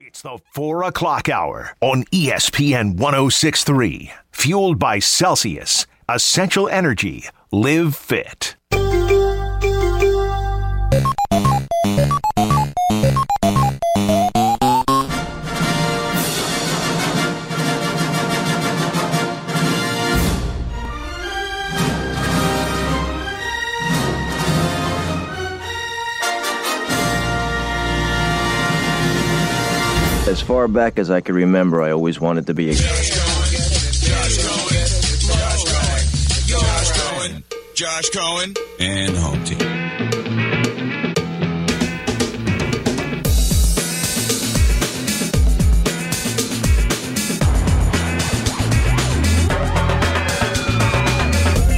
It's the 4 o'clock hour on E ESPN 1063. Fueled by Celsius, Essential Energy, Live Fit. As far back as I can remember, I always wanted to be a. Josh Cohen, Josh Cohen, and home team.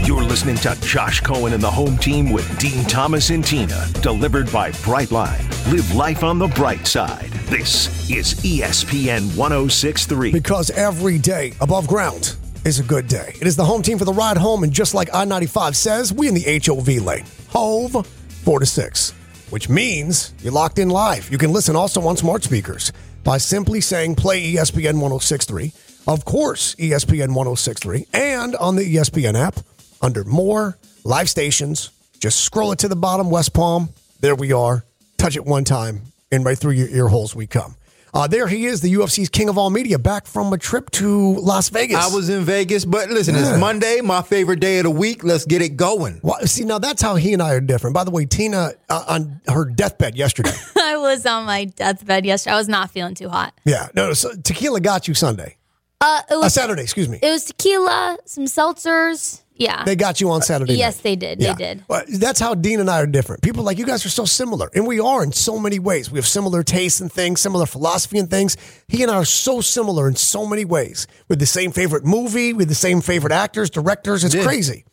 You're listening to Josh Cohen and the home team with Dean Thomas and Tina, delivered by Brightline. Live life on the bright side. This is E ESPN 1063. Because every day above ground is a good day. It is the home team for the ride home, and just like I 95 says, we in the HOV lane. Hove 4 to 6, which means you're locked in live. You can listen also on smart speakers by simply saying play E ESPN 1063, of course, E ESPN 1063, and on the E ESPN app under more live stations. Just scroll it to the bottom, West Palm. There we are. Touch it one time, and right through your ear holes we come. Uh, there he is, the UFC's king of all media, back from a trip to Las Vegas. I was in Vegas, but listen, Yeah. it's Monday, my favorite day of the week. Let's get it going. Why- see, now that's how he and I are different. By the way, Tina uh, on her deathbed yesterday. I was on my deathbed yesterday. I was not feeling too hot. yeah, no, so tequila got you Sunday. Uh, it Uh, was Saturday, excuse me. it was tequila, some seltzers. Yeah. They got you on Saturday. yes, night. they did. Yeah. They did. Well, that's how Dean and I are different. People are like you guys are so similar, and we are in so many ways. We have similar tastes and things, similar philosophy and things. He and I are so similar in so many ways. With the same favorite movie, with the same favorite actors, directors. It's crazy.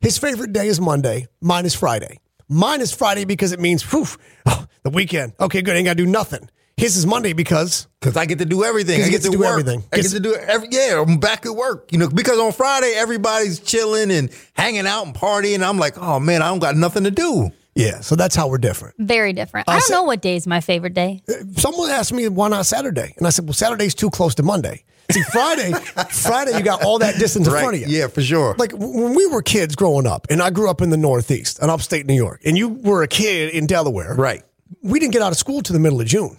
His favorite day is Monday. Mine is Friday. Mine is Friday because it means phew, oh, the weekend. Okay, good. Ain't got to do nothing. His is Monday because Because I get to do everything. 'Cause I you get, get to, to do work. everything. I get to do every yeah, I'm back at work. You know, because on Friday everybody's chilling and hanging out and partying. I'm like, oh man, I don't got nothing to do. yeah. So that's how we're different. Very different. I, Uh, don't said- know what day is my favorite day. someone asked me why not Saturday, and I said, well, Saturday's too close to Monday. See, Friday, Friday, you got all that distance in front of you. Yeah, for sure. Like w- when we were kids growing up, and I grew up in the Northeast, and upstate New York, and you were a kid in Delaware. right. We didn't get out of school till the middle of June.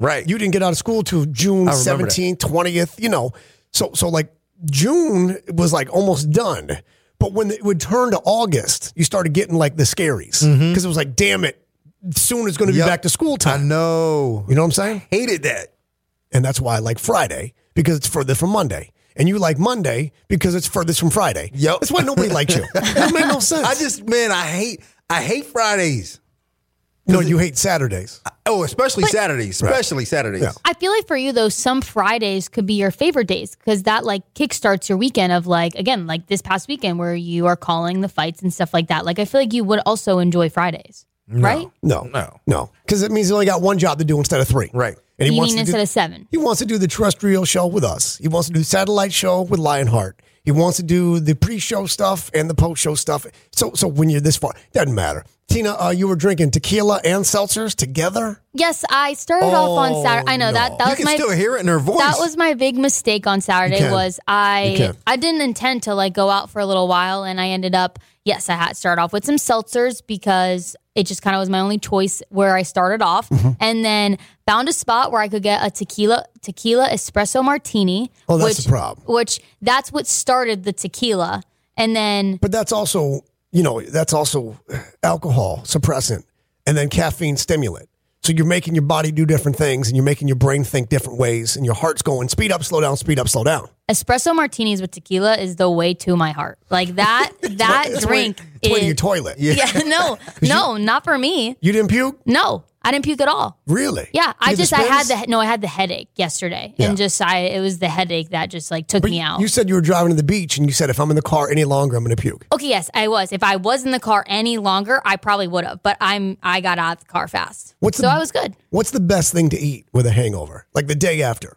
Right. You didn't get out of school till June I remember that. seventeenth, twentieth. You know, so so like June was like almost done, but when it would turn to August, you started getting like the scaries because it was like, damn it, soon it's going to be Yep. back to school Mm-hmm. I time. know. You know what I'm saying? Hated that. and that's why I like Friday because it's furthest from Monday. And you like Monday because it's furthest from Friday. Yep. That's why nobody likes you. That makes no sense. I just man, I hate I hate Fridays. no, you hate Saturdays. Oh, especially Saturdays. Especially Saturdays. Yeah. I feel like for you though, some Fridays could be your favorite days because that like kickstarts your weekend of like again like this past weekend where you are calling the fights and stuff like that. Like I feel like you would also enjoy Fridays, right? No, No. no, because it means you only got one job to do instead of three. Right. And You wants mean to instead do, of seven? He wants to do the terrestrial show with us. He wants to do the satellite show with Lionheart. He wants to do the pre-show stuff and the post-show stuff. So, so when you're this far, doesn't matter. Tina, uh, you were drinking tequila and seltzers together. Yes, I started off on Saturday. I know that that You was can my still hear it in her voice. That was my big mistake on You Saturday can. was You I can. I didn't intend to like go out for a little while and I ended up yes, I had to start off with some seltzers because it just kind of was my only choice where I started off Mm-hmm. and then found a spot where I could get a tequila tequila espresso martini. Oh, that's the problem. Which that's what started the tequila and then But that's also, you know, that's also alcohol suppressant and then caffeine stimulant. So you're making your body do different things and you're making your brain think different ways and your heart's going speed up, slow down, speed up, slow down. espresso martinis with tequila is the way to my heart. Like that that drink It's way to is your toilet. yeah, no, no, not for me. You didn't puke? No, I didn't puke at all. Really? Yeah, I You just I had spins? the no, I had the headache yesterday, Yeah. and just I it was the headache that just like took But me out. You said you were driving to the beach and you said if I'm in the car any longer, I'm going to puke. okay, yes, I was. If I was in the car any longer, I probably would have. But I'm I got out of the car fast, What's so the- I was good. What's the best thing to eat with a hangover? Like the day after?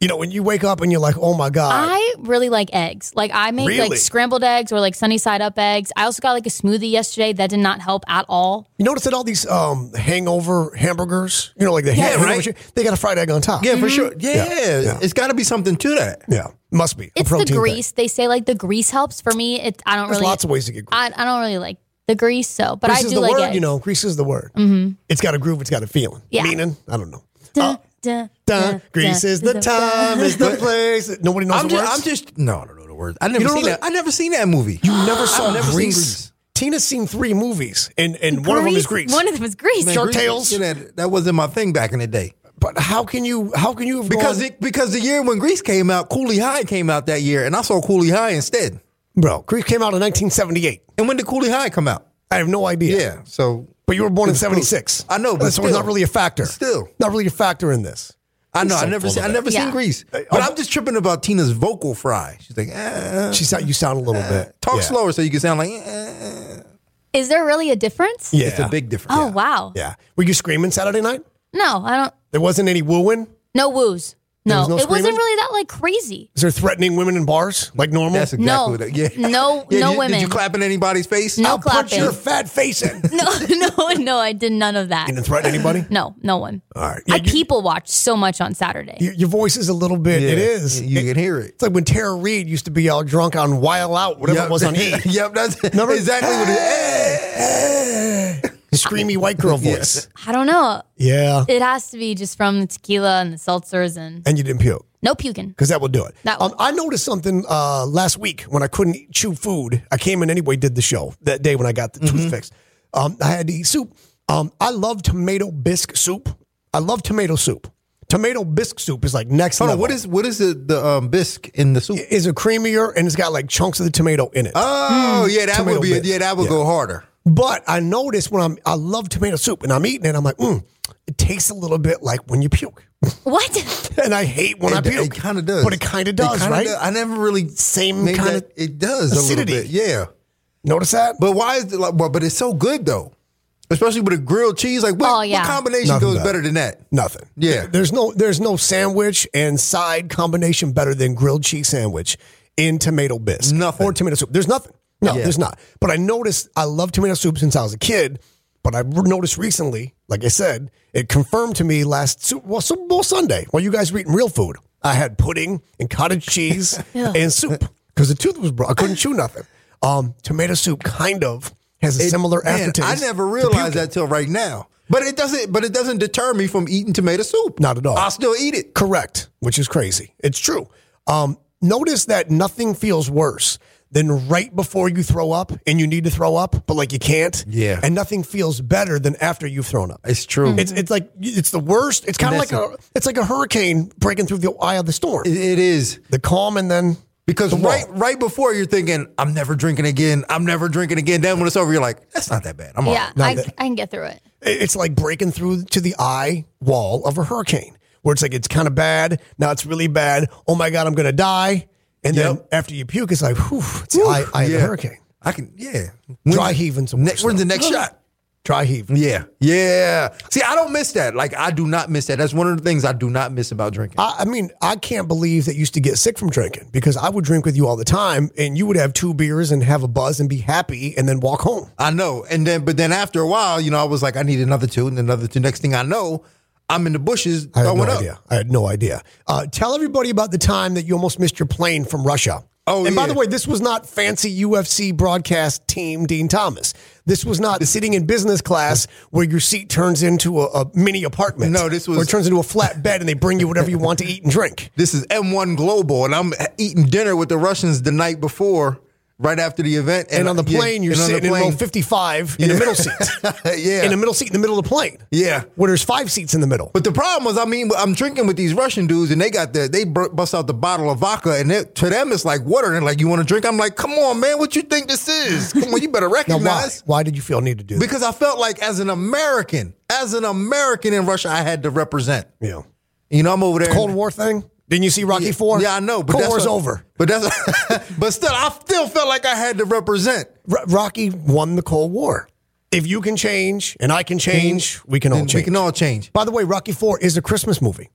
You know, when you wake up and you're like, oh my God. I really like eggs. Like I make Really? like scrambled eggs or like sunny side up eggs. I also got like a smoothie yesterday that did not help at all. you notice that all these um, hangover hamburgers, you know, like the Yeah, hangover, right. shit, they got a fried egg on top. Yeah, for sure. Yeah, Mm-hmm. yeah. it's got to be something to that. Yeah. Must be. a It's the protein thing. grease. They say like the grease helps. For me, it I don't There's really lots of ways to get grease. I, I don't really like the grease so, but grease I is do the like word, eggs. you know. Grease is the word. Mm-hmm. It's got a groove. It's got a feeling. Yeah. Meaning, I don't know. Dun, dun, Dun, Uh, grease is the time, is the place. Nobody knows I'm the just, words. I'm just no, I don't know the words. I never don't seen know that. I never seen that movie. You never saw never seen Grease. Grease. Tina's seen three movies, and, and one of them is Grease. One of them is grease. Shark Tales. That, that wasn't my thing back in the day. but how can you? How can you have Because gone- it, because the year when Grease came out, Cooley High came out that year, and I saw Cooley High instead. bro? Grease came out in 1978. And when did Cooley High come out? I have no idea. Yeah, so But you were born in It's close. '76. I know, but so it's still. not really a factor. Still. not really a factor in this. I know so I never full seen, of I it. never Yeah. seen Grease, but oh. I'm just tripping about Tina's vocal fry. She's like, eh. She sound you sound a little bit. Uh, talk yeah. slower so you can sound like. Eh. Is there really a difference? Yeah, It's a big difference. Oh wow. Yeah, were you screaming Saturday night? No, I don't. There wasn't any wooing. No woos. There No, was no it wasn't screaming? really that like crazy. Is there threatening women in bars like normal? That's exactly No. what that, yeah. No- yeah, no you, Did you women. clap in anybody's face? No I'll punch clapping. your fat face in. you No, no, no. I did none of that. didn't threaten anybody. No, no one. All right. Yeah, I you- people watch so much on Saturday. Your, your voice is a little bit. Yeah, it is. You It- can hear it. It's like when Tara Reid used to be all drunk on Wild Out, whatever Yep. it was on E. yep, that's Remember? exactly what it eh. is. The screamy white girl voice. I don't know. Yeah. It has to be just from the tequila and the seltzers and And you didn't puke no puking. because that will do it. That um, will- I noticed something uh, last week when I couldn't eat, chew food. I came in anyway, did the show that day when I got the Mm-hmm. tooth fixed. Um, I had to eat soup. Um, I love tomato bisque soup. I love tomato soup. Tomato bisque soup is like next Hold on, level. what is what is the, the um, bisque in the soup? is a creamier and it's got like chunks of the tomato in it. Oh, yeah, that Tomato would be bisque. yeah, that would Yeah. go harder. But I noticed when I'm, I love tomato soup and I'm eating it, I'm like, mm, it tastes a little bit like when you puke. What? And I hate when I It, puke. it kind of does, But it kind of does, kinda right? I never really Same made kinda that- It does acidity. a little bit, yeah. Notice that? But why is it like? Well, but it's so good though, especially with a grilled cheese. Like, what, Oh, what yeah. combination Nothing goes better. better than that? Nothing. Yeah. There's no there's no sandwich and side combination better than grilled cheese sandwich in tomato bisque. Nothing. Or tomato soup. There's nothing. No, Yeah. there's not. But I noticed I love tomato soup since I was a kid. But I noticed recently, like I said, it confirmed to me last Super Bowl, Super Bowl Sunday while you guys were eating real food. I had pudding and cottage cheese and soup because the tooth was broke. I couldn't chew nothing. Um, tomato soup kind of has a similar Man, aftertaste. I never to realized puking. that till right now. But it doesn't. But it doesn't deter me from eating tomato soup. Not at all. I still eat it. Correct, which is crazy. It's true. Um, notice that nothing feels worse than right before you throw up and you need to throw up, but like you can't. Yeah. And nothing feels better than after you've thrown up. It's true. It's, it's like it's the worst. It's kind of like That's a it's like a hurricane breaking through the eye of the storm. It- it is the calm and then because the wall. right right before you're thinking, I'm never drinking again. I'm never drinking again. Then when it's over, you're like, that's not that bad. I'm all yeah, right. I, that- I can get through it. It's like breaking through to the eye wall of a hurricane, where it's like it's kind of bad. Now it's really bad. Oh my god, I'm gonna die. And then Yep. after you puke, it's like, whew, it's the eye, eye of the Yeah. hurricane. I can. Yeah. Dry heaving's the Next, worst, when's the though. next shot? Dry heave. Yeah. Yeah. See, I don't miss that. Like I do not miss that. That's one of the things I do not miss about drinking. I, I mean, I can't believe that you used to get sick from drinking because I would drink with you all the time and you would have two beers and have a buzz and be happy and then walk home. I know. And then, but then after a while, you know, I was like, I need another two and another two. Next thing I know, I'm in the bushes I had throwing no up. idea. I had no idea. Uh, tell everybody about the time that you almost missed your plane from Russia. Oh, and by yeah. the way, this was not fancy UFC broadcast team Dean Thomas. This was not sitting in business class where your seat turns into a, a mini apartment. No, this was- or it turns into a flat bed and they bring you whatever you want to eat and drink. This is M1 Global, and I'm eating dinner with the Russians the night before, right after the event. And on the yeah, plane, you're and on the sitting in row plane- 55 in the middle seat. Yeah. In the middle seat in the middle of the plane. Yeah. Where there's five seats in the middle. But the problem was, I mean, I'm drinking with these Russian dudes, and they got the they bur- bust out the bottle of vodka, and it, to them it's like water. And like, you want to drink? I'm like, come on, man, what you think this is? Come on, you better Now, why? recognize. Why did you feel need to do Because I felt like as an American, as an American in Russia, I had to represent. that? Yeah. You know, I'm over there. Cold War thing? Didn't you see Rocky Four? Yeah, I know. But Cold that's War's what- over. But that's but still, I still felt like I had to represent. R- Rocky won the Cold War. If you can change and I can change, we can all And change. we can all change. By the way, Rocky Four is a Christmas movie.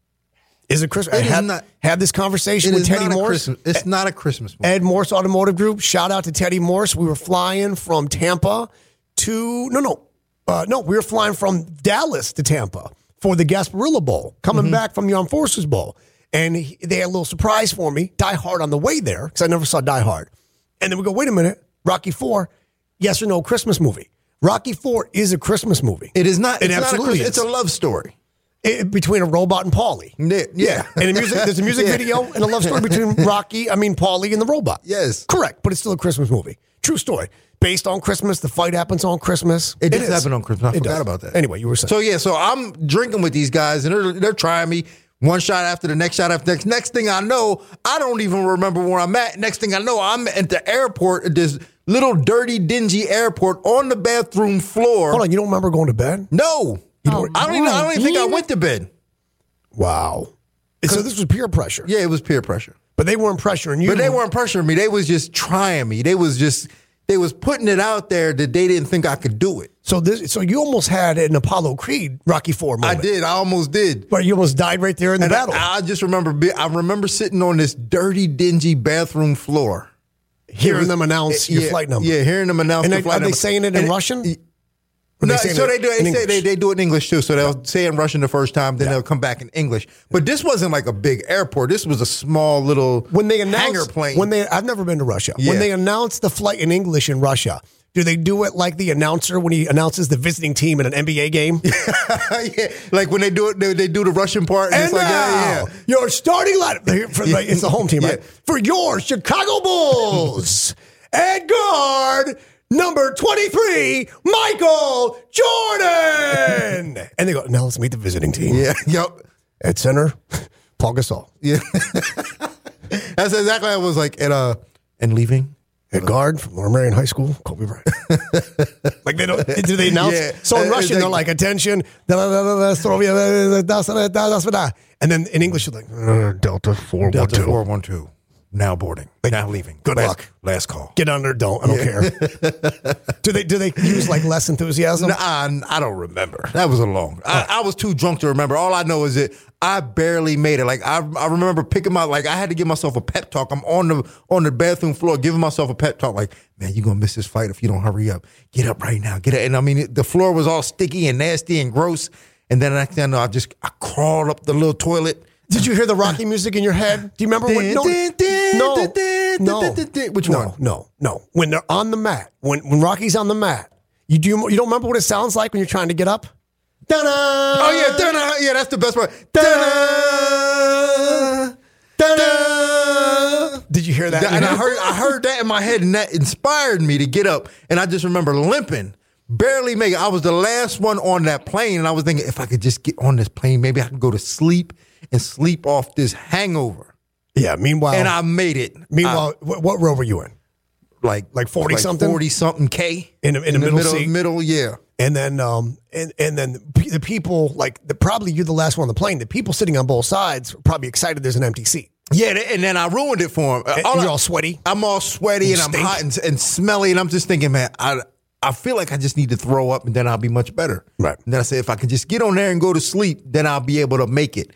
Is it Christmas? It is had, not- had this conversation It with is Teddy Eh. not a Morse. Christmas. It's not a Christmas movie. Ed Morse Automotive Group. Shout out to Teddy Morse. We were flying from Tampa to no, no, uh, no. We were flying from Dallas to Tampa for the Gasparilla Bowl, coming Mm-hmm. back from the Armed Forces Bowl, and he, they had a little surprise for me. Die Hard on the way there because I never saw Die Hard, and then we go, wait a minute, Rocky Four, yes or no Christmas movie. Rocky Four is a Christmas movie. It is not. It It's not a absolutely is. Christmas. It's a love story. It- between a robot and Paulie. Yeah. And a music, there's a music Yeah. video and a love story between Rocky, I mean, Paulie and the robot. Yes. Correct, but it's still a Christmas movie. True story. Based on Christmas, the fight happens on Christmas. It does is. happen on Christmas. I It forgot does. about that. Anyway, you were saying. So yeah, so I'm drinking with these guys, and they're they're trying me one shot after the next shot after the next. Next thing I know, I don't even remember where I'm at. Next thing I know, I'm at the airport, at this little dirty, dingy airport on the bathroom floor. Hold on, Oh, you don't remember going to bed? No, I don't even. I don't even think I went to bed. Wow. So this was peer pressure. Yeah, it was peer pressure, But they weren't pressuring you. but they weren't pressuring me. They was just trying me. They was just they was putting it out there that they didn't think I could do it. So this so you almost had an Apollo Creed Rocky Four I moment. did. I almost did. But you almost died right there in the And I- battle. I, just remember. be- I remember sitting on this dirty, dingy bathroom floor. hearing them announce your Yeah, flight number. Yeah, hearing them announce And the they- flight are they number. saying it in And- Russian? No, saying so it they do. in They, say they, English? they do it in English too. So they'll say in Russian the first time, then they'll come back in English. But this wasn't like a big airport. This was a small little when they hangar announce plane. when they I've never been to Russia. When Yeah. they announce the flight in English in Russia, do they do it like the announcer when he announces the visiting team in an NBA game? yeah, like when they do it, they, they do the Russian part. And, and it's like, yeah, now yeah. your starting lineup for, like, it's the home team, right? Yeah. For your Chicago Bulls, at guard number twenty three, Michael Jordan. and they go now. Let's meet the visiting team. Yeah, yep. At center, Paul Gasol. That's exactly what I was like. And uh, and leaving. At guard from Lower Marion High School, Kobe Bryant. like they don't do they announce? Yeah. So in Uh, Russian, they- they're like attention, da da da da da, Soviet, da, da, da, da, da, da, da, da. and then in English, you're like uh, Delta four one Delta two. four one two. Now boarding. now leaving. good last, luck. Last call. Get on there, don't. I don't care. do they do they use like less enthusiasm? Nah, I, I don't remember. That was a long. uh, I, I was too drunk to remember. All I know is that I barely made it. Like I, I remember picking my like I had to give myself a pep talk. I'm on the on the bathroom floor giving myself a pep talk. Like man, you're gonna miss this fight if you don't hurry up. Get up right now. Get up. And I mean it- the floor was all sticky and nasty and gross. And then the next thing I know, I just I crawled up the little toilet. Did you hear the Rocky music in your head? Do you remember when? No, Dun, dun, no, dun, dun, no. dun, dun, dun. Which no, one? No, no. When they're on the mat, when when Rocky's on the mat, you do you don't remember what it sounds like when you're trying to get up? Da-da! Oh yeah, da-da. yeah, that's the best part. Da-da. Da-da. Did you hear that? And I heard I heard that in my head, and that inspired me to get up. And I just remember limping, barely making. I was the last one on that plane, and I was thinking, if I could just get on this plane, maybe I can go to sleep and sleep off this hangover. Yeah. Meanwhile, And I made it. Oh. meanwhile, what, what row were you in? I- like like 40 something? forty something k In the- in the middle seat? middle, yeah. And then, um, and and then p- the people like the probably you're the last one on the plane. The people sitting on both sides were probably excited. There's an empty seat. Yeah, th- and then I ruined it for him. And All you're I- all sweaty. I'm all sweaty You and I'm stink. hot and, and smelly, and I'm just thinking, man, I I feel like I just need to throw up, and then I'll be much better. Right. And then I said, if I could just get on there and go to sleep, then I'll be able to make it,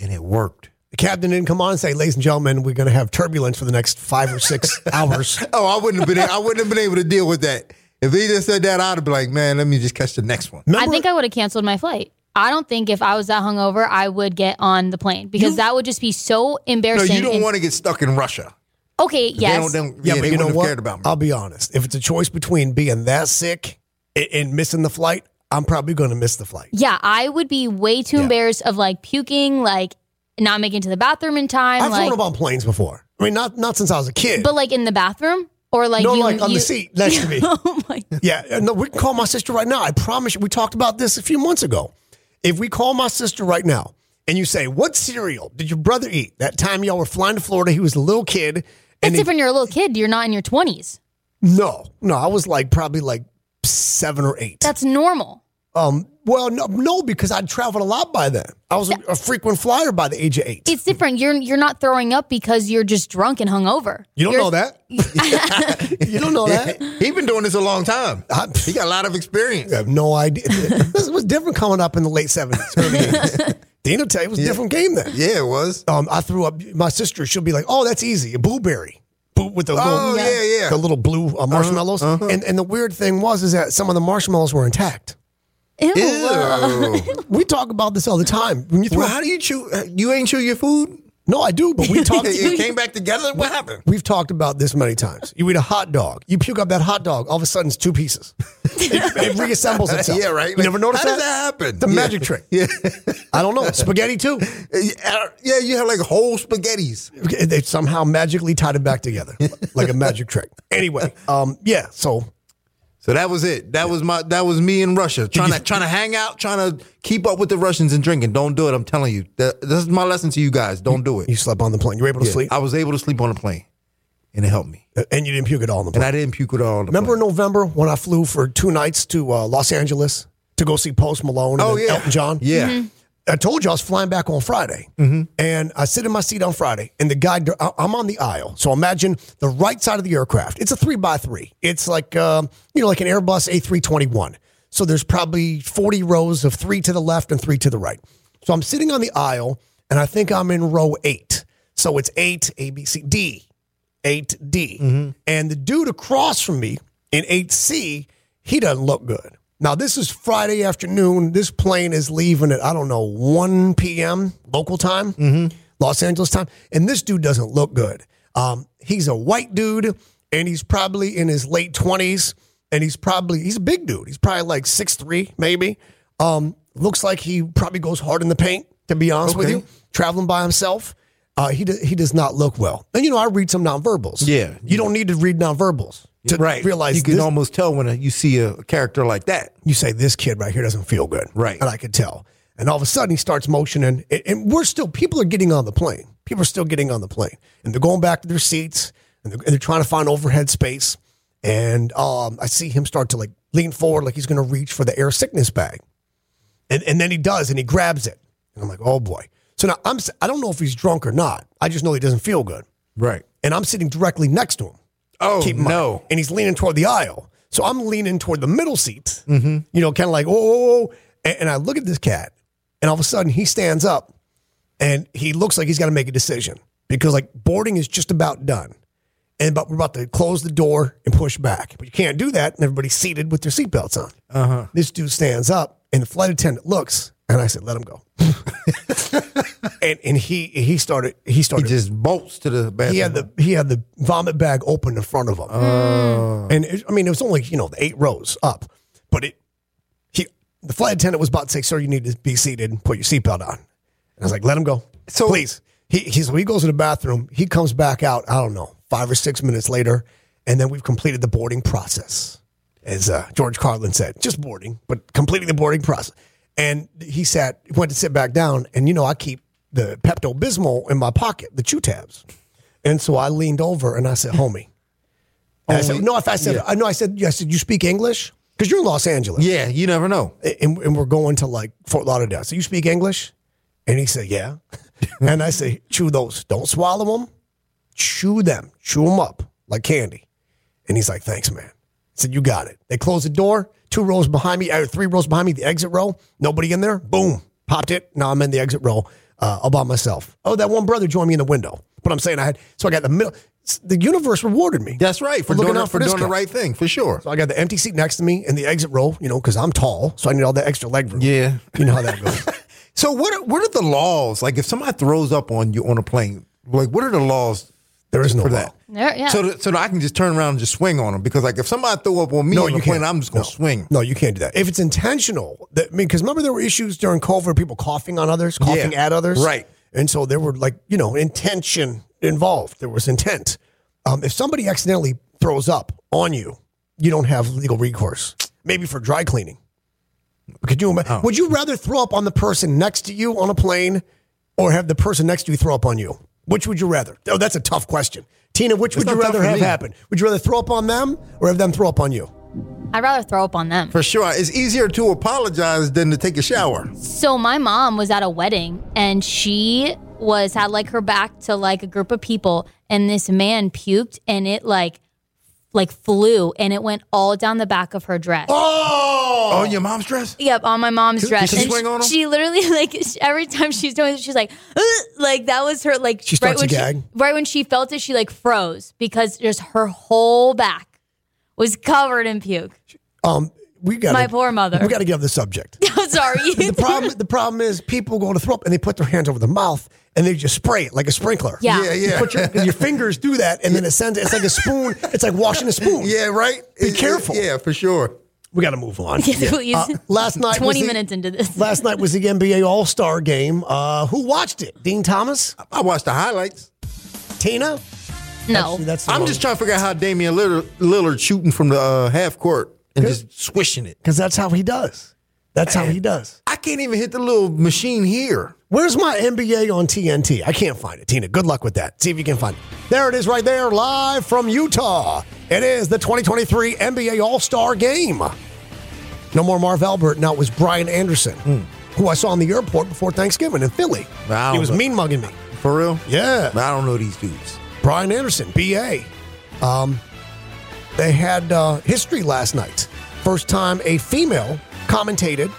and it worked. The captain didn't come on and say, "Ladies and gentlemen, we're going to have turbulence for the next five or six hours." Oh, I wouldn't have been I wouldn't have been able to deal with that. If he just said that, I'd be like, man, let me just catch the next one. I think I would have canceled my flight. I don't think if I was that hungover, I would get on the plane because that would just be so No, embarrassing. you don't and- want to get stuck in Russia. Okay, yes. They don't, they, Yeah, but yeah, they you know wouldn't have what? cared about me. I'll be honest. If it's a choice between being that sick and, and missing the flight, I'm probably going to miss the flight. yeah, I would be way too embarrassed of like puking, like not making it to the bathroom in time, I've like flown up on planes before. I mean, not not since I was a kid. but like in the bathroom or like no, you, like on you- the seat next to me. oh my Yeah, uh, no, we can call my sister right now. I promise you, we talked about this a few months ago. If we call my sister right now and you say, What cereal did your brother eat that time y'all were flying to Florida? He was a little kid. And That's he- different. You're a little kid. You're not in your 20s. no, no, I was like probably like seven or eight. That's normal. Um, well, no, no, because I'd traveled a lot by then. I was a, a frequent flyer by the age of eight. It's different. You're you're not throwing up because you're just drunk and hungover. you don't You're- know that. you don't know that. He's been doing this a long time. I- He got a lot of experience. I have no idea. this was different coming up in the late 70s, early 80s. Dina tell you it was a different game then. Yeah, it was. Um, I threw up. My sister, she'll be like, "Oh, that's easy. A blueberry." Bo- With the little, Oh, yeah, yeah. Uh-huh, the little blue uh, marshmallows, and and the weird thing was is that some of the marshmallows were intact. Ew. We talk about this all the time. When you throw, Oh. well, how do you chew? uh, You ain't chew your food? no, I do, but we talk. It came back together? What happened? We've talked about this many times. You eat a hot dog, you puke up that hot dog, all of a sudden it's two pieces. it, it reassembles itself. Yeah, right. You Like, never noticed that? how does that happen? The Yeah. magic trick. Yeah. I don't know. Spaghetti too. Yeah, uh, yeah, you have like whole spaghettis. They somehow magically tied it back together, like a magic trick. Anyway, um, yeah. So So that was it. That was my. That was me in Russia trying to trying to hang out, trying to keep up with the Russians and drinking. Don't do it. I'm telling you. That, this is my lesson to you guys. Don't do it. you slept on the plane. You were able to Yeah, sleep, Uh, I was able to sleep on a plane, and it helped me. and you didn't puke at all on the plane. And I didn't puke at all. on the Remember in plane. November when I flew for two nights to uh, Los Angeles to go see Post Malone and Oh then yeah, Elton John? Yeah. Mm-hmm. I told you I was flying back on Friday, and I sit in my seat on Friday, and the guy, I- I'm on the aisle. So imagine the right side of the aircraft. It's a three by three. It's like um, you know, like an Airbus A321. So there's probably 40 rows of three to the left and three to the right. So I'm sitting on the aisle, and I think I'm in row eight. So it's eight A B C D, eight D, and the dude across from me in eight C, he doesn't look good. Now, this is Friday afternoon. This plane is leaving at, I don't know, 1 p.m. local time, Los Angeles time. And this dude doesn't look good. Um, he's a white dude and he's probably in his late 20s. And he's probably, he's a big dude. He's probably like 6'3, maybe. Um, looks like he probably goes hard in the paint, to be honest with Okay. you, traveling by himself. Uh, he, do, he does not look well. And, you know, I read some nonverbals. Yeah. You don't need to read nonverbals to right. realize you can this- almost tell when you see a character like that. you say this kid right here doesn't feel good Right. and i could tell and all of a sudden he starts motioning and, and we're still people are getting on the plane people are still getting on the plane and they're going back to their seats and they're, and they're trying to find overhead space and um, i see him start to like lean forward like he's going to reach for the air sickness bag and, and then he does and he grabs it and i'm like oh boy so now i'm s- i don't know if he's drunk or not i just know he doesn't feel good Right. and i'm sitting directly next to him Oh keep in mind. no. And he's leaning toward the aisle. So I'm leaning toward the middle seat, mm-hmm. you know, kind of like, oh, oh, oh. And, and I look at this cat, and all of a sudden he stands up and he looks like he's got to make a decision because, like, boarding is just about done. And but we're about to close the door and push back. But you can't do that. And everybody's seated with their seatbelts on. Uh-huh. This dude stands up, and the flight attendant looks, and I said, let him go. and and he he started he He started just bolts to the bathroom. he had the he had the vomit bag open in front of him, and it, I mean it was only you know the eight rows up, but it he the flight attendant was about to say, "Sir, you need to be seated and put your seatbelt on." And I was like, "Let him go, So- please." He he, so he goes to the bathroom. He comes back out. I don't know five or six minutes later, and then we've completed the boarding process, as uh, George Carlin said, just boarding, but completing the boarding process. And he sat, went to sit back down, and you know I keep the Pepto Bismol in my pocket, the chew tabs. And so I leaned over and I said, "Homie." And I said, Homie. "No, if I said, I know, I said, I said, you speak English because you're in Los Angeles, yeah. You never know. and, and we're going to like Fort Lauderdale. So you speak English?" And he said, "Yeah." and I say, "Chew those. Don't swallow them. Chew them. Chew them up like candy." And he's like, "Thanks, man." I said, "You got it." They closed the door. Two rows behind me, or three rows behind me, the exit row. Nobody in there. Boom, popped it. Now I'm in the exit row uh, all by myself. Oh, that one brother joined me in the window. But I'm saying I had, so I got the middle. The universe rewarded me. That's right. For Looking doing, out for for this doing the guy. right thing, for sure. So I got the empty seat next to me in the exit row, you know, because I'm tall, so I need all that extra leg room. Yeah. You know how that goes. So what are, what are the laws? Like if somebody throws up on you on a plane, like what are the laws? There is no for law. that. There- yeah. So that, so that I can just turn around and just swing on them because like if somebody throw up on me on a plane, I'm just gonna No. swing. No, you can't do that. If it's intentional, that, I mean, because remember there were issues during COVID, people coughing on others, coughing Yeah. at others, Right. And so there were like you know intention involved. There was intent. Um, if somebody accidentally throws up on you, you don't have legal recourse. Maybe for dry cleaning. Could you? Oh. imagine? Would you rather throw up on the person next to you on a plane, or have the person next to you throw up on you? Which would you rather? Oh, that's a tough question, Tina. Which would not you tough rather for have me. happen? Would you rather throw up on them or have them throw up on you? I'd rather throw up on them. For sure, it's easier to apologize than to take a shower. So my mom was at a wedding and she was had like her back to like a group of people and this man puked and it like like flew and it went all down the back of her dress. Oh, on your mom's dress. Yep, on my mom's Did- dress. did she And swing on him? she literally like sh- every time she's doing it, she's like, "Ugh," like that was her like She starts when to gag? right when she felt it, she like froze because just her whole back was covered in puke. Um, we got My poor mother. We got to get off the subject. I'm sorry. the problem the problem is people go to throw up and they put their hands over the mouth and they just spray it like a sprinkler. Yeah. Yeah, You yeah. put your, your fingers do that and then it sends it's like a spoon. It's like washing a spoon. Yeah, right. Be It- it- careful. yeah, for sure. We got to move on. Please. Uh, last night was 20 the- minutes into this. Last night was the NBA All Star game. Uh, who watched it? Dean Thomas, I watched the highlights. Tina. no. See, that's I'm just trying to figure out how Damian Lillard, Lillard shooting from the uh, half court and just swishing it. because that's how he does. That's how he does. I can't even hit the little machine here. Where's my NBA on TNT? I can't find it. Tina, good luck with that. See if you can find it. There it is right there, live from Utah. It is the 2023 NBA All Star Game. No more Marv Albert. Now it was Brian Anderson, who I saw in the airport before Thanksgiving in Philly. Hmm. Wow. He was mean mugging me. For real? Yeah. I don't know these dudes. Brian Anderson, BA. Um, they had uh, history last night. First time a female commentated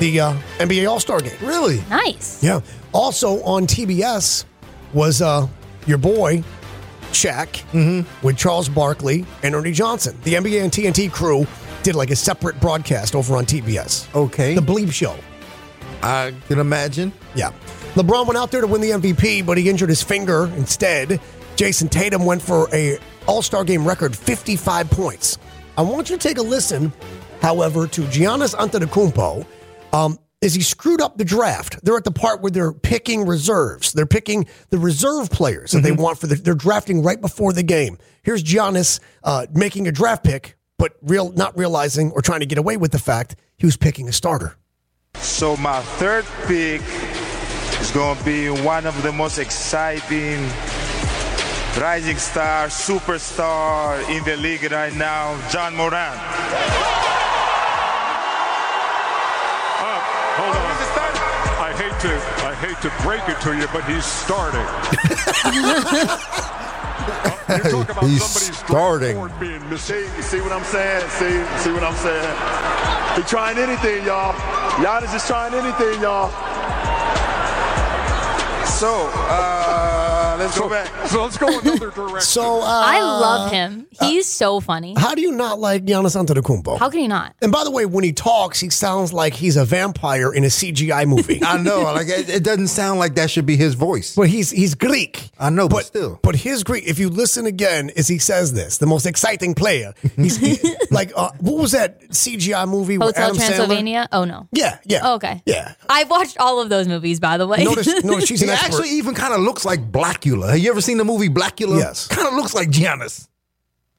the uh, NBA All Star game. Really? Nice. Yeah. Also on TBS was uh, your boy Shaq with Charles Barkley and Ernie Johnson. The NBA and TNT crew did like a separate broadcast over on TBS. Okay. The Bleep Show. I can imagine. Yeah. LeBron went out there to win the MVP, but he injured his finger instead. Jason Tatum went for a All-Star game record 55 points. I want you to take a listen, however, to Giannis Antetokounmpo. Um, is he screwed up the draft? They're at the part where they're picking reserves. They're picking the reserve players that they want for the, they're drafting right before the game. Here's Giannis uh, making a draft pick, but real not realizing or trying to get away with the fact he was picking a starter. So my third pick is going to be one of the most exciting rising star, superstar in the league right now, John Moran. Hold on. I hate to I hate to break it to you, but he's starting. You're talking about He's somebody's starting. draft board being See, mistaken. see what I'm saying? See, see what I'm saying? He trying anything, y'all. Giannis is trying anything, y'all. So uh, let's go back. So let's go another direction. So uh, I love him. He's so funny. How do you not like Giannis Antetokounmpo? How can you not? and by the way, when he talks, he sounds like he's a vampire in a CGI movie. I know. Like it, it doesn't sound like that should be his voice. but he's he's Greek. I know, but still. But his Greek, if you listen again, as he says this, the most exciting player. He's he- like, uh, what was that CGI movie? with Hotel Adam Sandler? Transylvania? Oh, no. Yeah, yeah. Oh, okay. Yeah. I've watched all of those movies, by the way. Notice, notice she's he an expert. actually even kind of looks like Blackula. Have you ever seen the movie Blackula? Yes. Kind of looks like Giannis.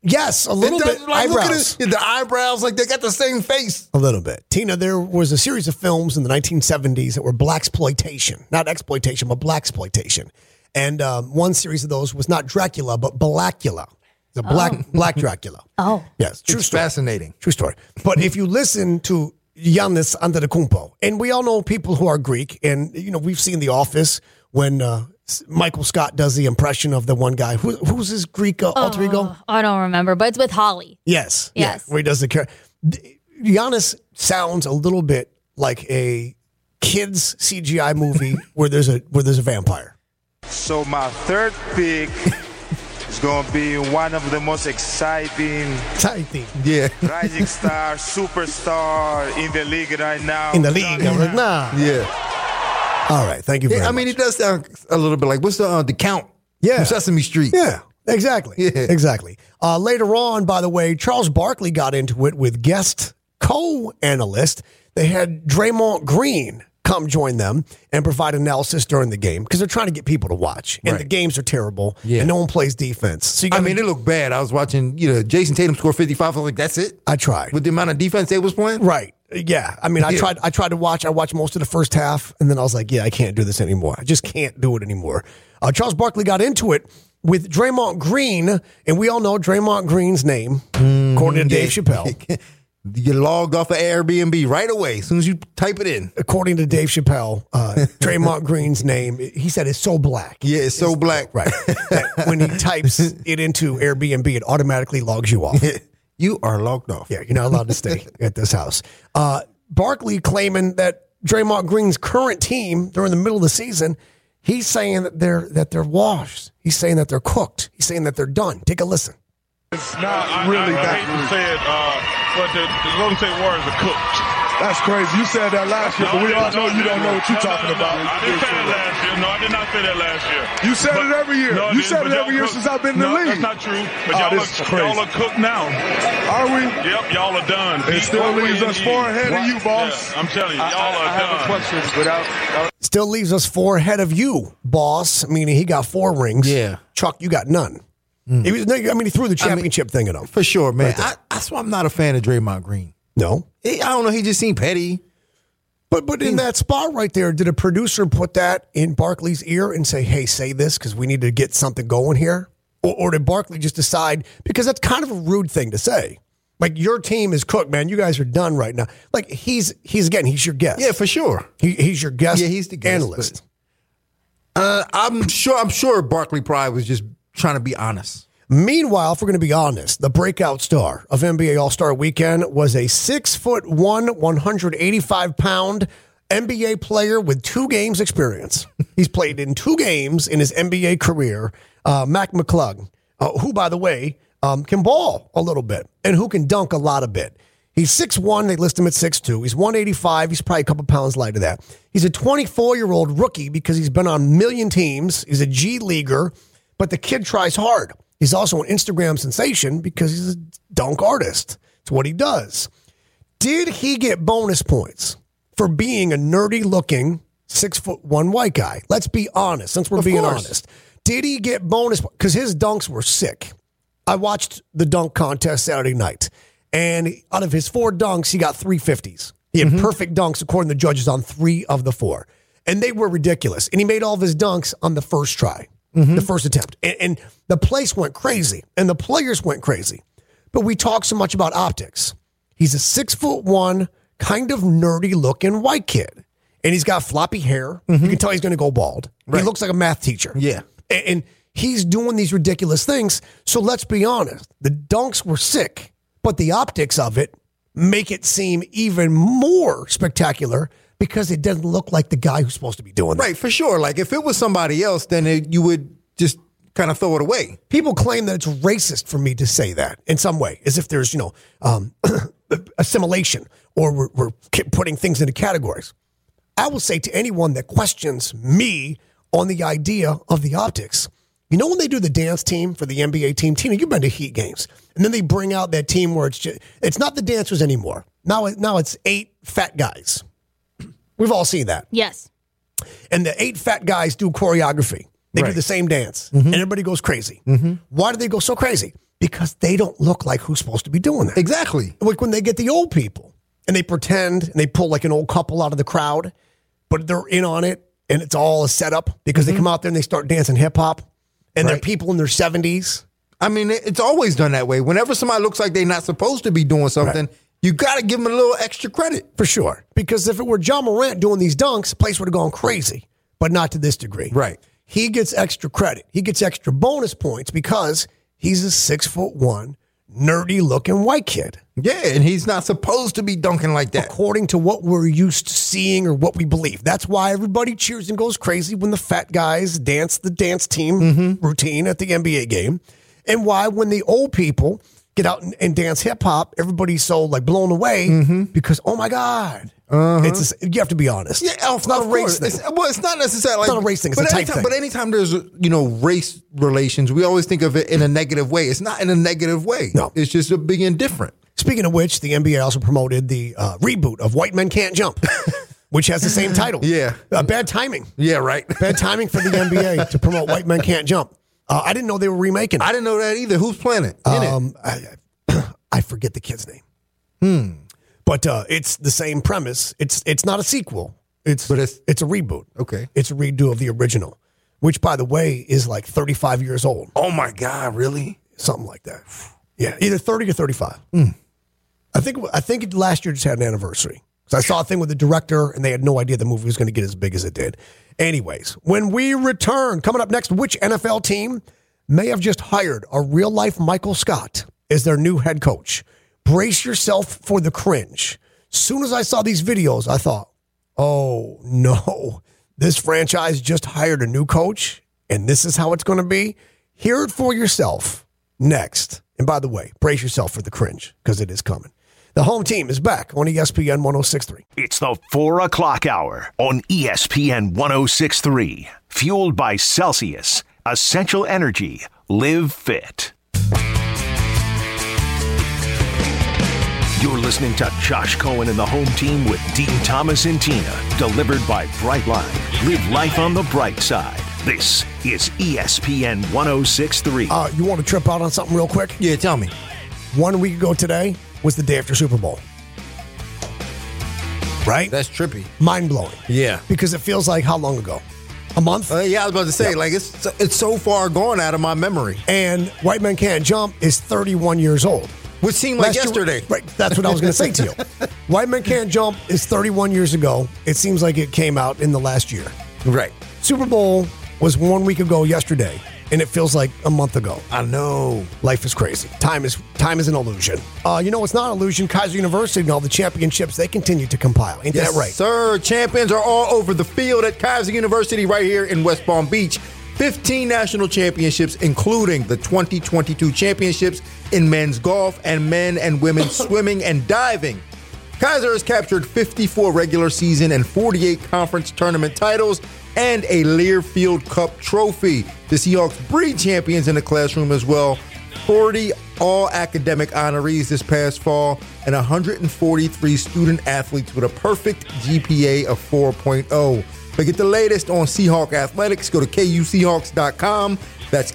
yes, a little It does- bit. Like, look at eyebrows. his- the eyebrows, like they got the same face. A little bit. Tina, there was a series of films in the 1970s that were black exploitation, not exploitation, but black exploitation. And um, one series of those was not Dracula, but Blackula, the black black Dracula. Oh. yes, true It's story. fascinating. True story. But if you listen to Giannis Antetokounmpo, and we all know people who are Greek, and you know we've seen The Office when uh, S- Michael Scott does the impression of the one guy who, who's his Greek uh, alter ego. I don't remember, but it's with Holly. Yes. Yes. Yeah, where he does the care. Giannis sounds a little bit like a kids CGI movie where there's a where there's a vampire. So my third pick is going to be one of the most exciting Exciting. Yeah. rising star, superstar in the league right now. In the John league. I'm like, Moran. nah. Yeah. All right. Thank you very Yeah, I much. mean, it does sound a little bit like what's the uh, the count? Yeah. From Sesame Street. Yeah, exactly. Exactly. Uh, later on, by the way, Charles Barkley got into it with guest co analyst. They had Draymond Green come join them and provide analysis during the game because they're trying to get people to watch. And the games are terrible and no one plays defense. So you I gotta- mean, it looked bad. I was watching, you know, Jason Tatum score 55. I was like, that's it? I tried. With the amount of defense they was playing? Right. Yeah. I mean, I tried. I tried to watch. I watched most of the first half, and then I was like, "Yeah, I can't do this anymore. I just can't do it anymore." Uh, Charles Barkley got into it with Draymond Green, and we all know Draymond Green's name, according to Dave Chappelle. You get logged off of Airbnb right away as soon as you type it in. According to Dave Chappelle, uh, Draymond Green's name, he said it's so black. Yeah, it's so black. Right. that when he types it into Airbnb, it automatically logs you off. you are logged off. Yeah, you're not allowed to stay at this house. Uh, Barkley claiming that Draymond Green's current team during the middle of the season, he's saying that they're that they're washed. He's saying that they're cooked. He's saying that they're done. Take a listen. It's not really I, I that hate good. to say it, uh, but the, the Golden State Warriors are cooked. That's crazy. You said that last year, but we all know you don't know what you're No, no, talking no, about. I didn't say that last year. No, I did not say that last year. You said it every year. I You didn't, said but it every y'all year cooked. since I've been in the No, league. That's not true. But Oh, y'all, this are, is crazy. y'all are cooked now. Are we? Yep, y'all are done. It still leaves us far ahead of you, boss. Yeah, I'm telling you, y'all are done. question without. Still leaves us four ahead of you, boss. Meaning he got four rings. Yeah. Mm. Chuck, you got none. He was, no, I mean, he threw the championship thing at him. For sure, man. Right there. I, that's why I'm not a fan of Draymond Green. No. He, I don't know. He just seemed petty. But but in that spot right there, did a producer put that in Barkley's ear and say, "Hey, say this because we need to get something going here," or, or did Barkley just decide because that's kind of a rude thing to say? Like your team is cooked, man. You guys are done right now. Like he's he's again, he's your guest. Yeah, for sure. he, he's your guest. Yeah, he's the guest, analyst. Uh, I'm sure. I'm sure Barkley Pride was just trying to be honest. Meanwhile, if we're going to be honest, the breakout star of NBA All Star Weekend was a six foot one, 185 pound NBA player with two games experience. He's played in two games in his NBA career. Uh, Mac McClung, uh, who, by the way, um, can ball a little bit and who can dunk a lot a bit. He's 6'1. They list him at 6'2. He's 185. He's probably a couple pounds lighter than that. He's a 24 year old rookie because he's been on a million teams. He's a G leaguer, but the kid tries hard. He's also an Instagram sensation because he's a dunk artist. It's what he does. Did he get bonus points for being a nerdy looking six foot one white guy? Let's be honest, since we're being course. honest. Did he get bonus? Because his dunks were sick. I watched the dunk contest Saturday night, and out of his four dunks, he got three fifties. He had perfect dunks, according to the judges, on three of the four, and they were ridiculous. And he made all of his dunks on the first try, the first attempt, and, and the place went crazy, and the players went crazy. But we talk so much about optics. He's a six foot one, kind of nerdy looking white kid, and he's got floppy hair. You can tell he's going to go bald. He looks like a math teacher. Yeah. A- and he's doing these ridiculous things. So let's be honest, the dunks were sick, but the optics of it make it seem even more spectacular because it doesn't look like the guy who's supposed to be doing that. Right, for sure. Like if it was somebody else, then it, you would just kind of throw it away. People claim that it's racist for me to say that in some way, as if there's you know um, assimilation or we're, we're ki- putting things into categories. I will say to anyone that questions me on the idea of the optics, you know, when they do the dance team for the NBA team, Tina, you've been to Heat games, and then they bring out that team where it's just, it's not the dancers anymore. Now, it- now it's eight fat guys. We've all seen that Yes. and the eight fat guys do choreography. They do the same dance, Mm-hmm. and everybody goes crazy. Why do they go so crazy? Because they don't look like who's supposed to be doing that. Exactly. Like when they get the old people and they pretend and they pull like an old couple out of the crowd, but they're in on it and it's all a setup because they come out there and they start dancing hip hop and they're Mm-hmm. Right. people in their 70s. I mean, it- it's always done that way. Whenever somebody looks like they're not supposed to be doing something, you got to give them a little extra credit. For sure. Because if it were John Morant doing these dunks, the place would have gone crazy, but not to this degree. Right. He gets extra credit. He gets extra bonus points because he's a six foot one, nerdy looking white kid, Yeah, and he's not supposed to be dunking like that. according to what we're used to seeing or what we believe. That's why everybody cheers and goes crazy when the fat guys dance the dance team Mm-hmm. routine at the NBA game, and why when the old people get out and, and dance hip hop, everybody's so like blown away Mm-hmm. because oh my god, it's a, you have to be honest. Uh-huh. Yeah, oh, it's not a race thing. It's, well, it's not necessarily like, not a race thing, it's but a type anytime, thing. But anytime there's you know race relations, we always think of it in a negative way. It's not in a negative way. No. it's just a being indifferent. Speaking of which, the NBA also promoted the uh, reboot of White Men Can't Jump, which has the same title. Yeah. Uh, bad timing. Yeah, right. Bad timing for the NBA to promote White Men Can't Jump. Uh, I didn't know they were remaking it. I didn't know that either. Who's playing it? In it? Um, I, I- I forget the kid's name. Hmm. But uh, it's the same premise. It's it's not a sequel. It's But it's- it's a reboot. Okay. It's a redo of the original, which by the way is like 35 years old, Oh my God, really? something like that. Yeah, either 30 or 35. Hmm. I think I think last year just had an anniversary. 'Cause I saw a thing with the director, and they had no idea the movie was going to get as big as it did. Anyways, when we return, coming up next, which NFL team may have just hired a real life Michael Scott as their new head coach? Brace yourself for the cringe. Soon as I saw these videos, I thought, oh no, this franchise just hired a new coach, and this is how it's going to be. Hear it for yourself next. And by the way, brace yourself for the cringe because it is coming. The home team is back on E ESPN 1063. It's the 4 o'clock hour on E ESPN 1063. Fueled by Celsius, Essential Energy, Live Fit. You're listening to Josh Cohen and the home team with Dean Thomas and Tina, delivered by Brightline. Live life on the bright side. This is E ESPN 1063. Uh, you want to trip out on something real quick? Yeah, tell me. One week ago today was the day after Super Bowl. Right? That's trippy. Mind blowing Yeah. because it feels like how long ago? A month? Uh, yeah, I was about to say, like it's it's so far gone out of my memory. And White Man Can't Jump is 31 years old. Which seemed like Last year- yesterday. right, that's what I was going to say to you. White Man Can't Jump is 31 years ago. It seems like it came out in the last year. Right. Super Bowl was one week ago yesterday, and it feels like a month ago. I know. Life is crazy. Time is time is an illusion. Uh, you know it's not an illusion. Kaiser University and all the championships they continue to compile. Ain't Yes, that right? sir. Champions are all over the field at Kaiser University right here in West Palm Beach. 15 national championships, including the 2022 championships in men's golf and men and women's swimming and diving. Kaiser has captured 54 regular season and 48 conference tournament titles and a Learfield Cup trophy. The Seahawks breed champions in the classroom as well. 40 all academic honorees this past fall and 143 student athletes with a perfect GPA of 4.0. To get the latest on Seahawk athletics, go to kuseahawks.com. That's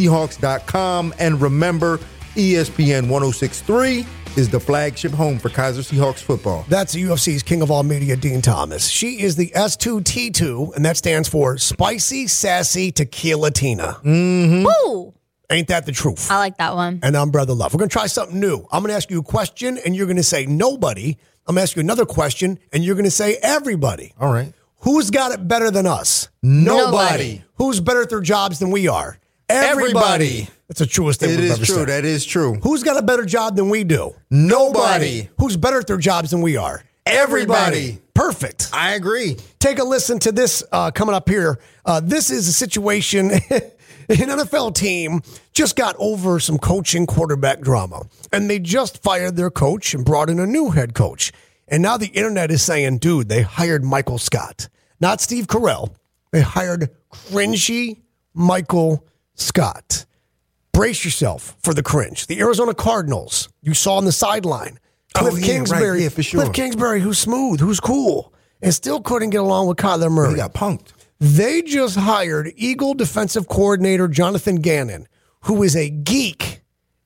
kuseahawks.com. And remember, E ESPN 1063 is the flagship home for Kaiser Seahawks football. That's the UFC's king of all media, Dean Thomas. She is the S2T2, and that stands for Spicy Sassy Tequila Tina. Mm. Woo! Ain't that the truth? I like that one. Hmm? and I'm Brother Love. We're going to try something new. I'm going to ask you a question, and you're going to say nobody. I'm going to ask you another question, and you're going to say everybody. All right. Who's got it better than us? Nobody. Who's better at their jobs than we are? Everybody. That's the truest thing It we've is ever true. said. That is true. Who's got a better job than we do? Nobody. Who's better at their jobs than we are? Everybody. Perfect. I agree. Take a listen to this uh, coming up here. Uh, this is a situation. An NFL team just got over some coaching quarterback drama, and they just fired their coach and brought in a new head coach. And now the internet is saying, dude, they hired Michael Scott, not Steve Carell. They hired cringy Michael Scott. Brace yourself for the cringe. The Arizona Cardinals, you saw on the sideline. Oh, Cliff yeah, right. Kingsbury, Yeah, for sure. Cliff Kingsbury, who's smooth, who's cool, and still couldn't get along with Kyler Murray. We got punked. They just hired Eagle defensive coordinator Jonathan Gannon, who is a geek,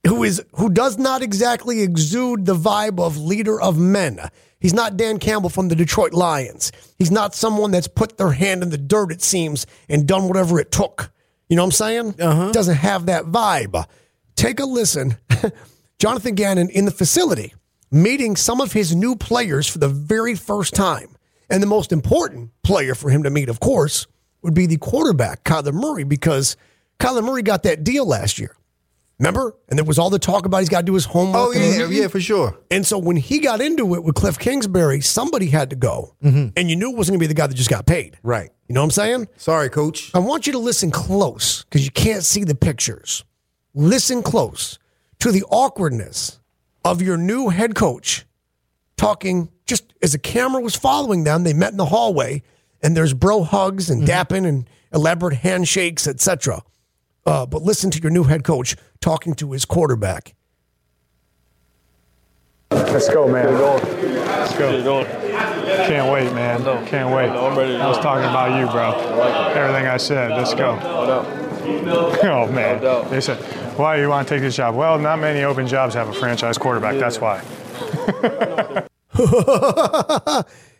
who is who does not exactly exude the vibe of leader of men. He's not Dan Campbell from the Detroit Lions. He's not someone that's put their hand in the dirt, it seems, and done whatever it took. You know what I'm saying? Uh-huh. Doesn't have that vibe. Take a listen. Jonathan Gannon in the facility, meeting some of his new players for the very first time. And the most important player for him to meet, of course, would be the quarterback, Kyler Murray, because Kyler Murray got that deal last year. Remember? And there was all the talk about he's got to do his homework. Oh, and yeah. Yeah, for sure. and so when he got into it with Cliff Kingsbury, somebody had to go. And you knew it wasn't going to be the guy that just got paid. Mm-hmm. Right. You know what I'm saying? Sorry, coach. I want you to listen close because you can't see the pictures. Listen close to the awkwardness of your new head coach talking just as the camera was following them. They met in the hallway, and there's bro hugs and dapping and elaborate handshakes, etc. Uh, but listen to your new head coach talking to his quarterback. Let's go, man. Let's go. Can't wait, man. Can't wait. I was talking about you, bro. Everything I said. Let's go. Oh man. They said, "Why do you want to take this job?" Well, not many open jobs have a franchise quarterback. That's why.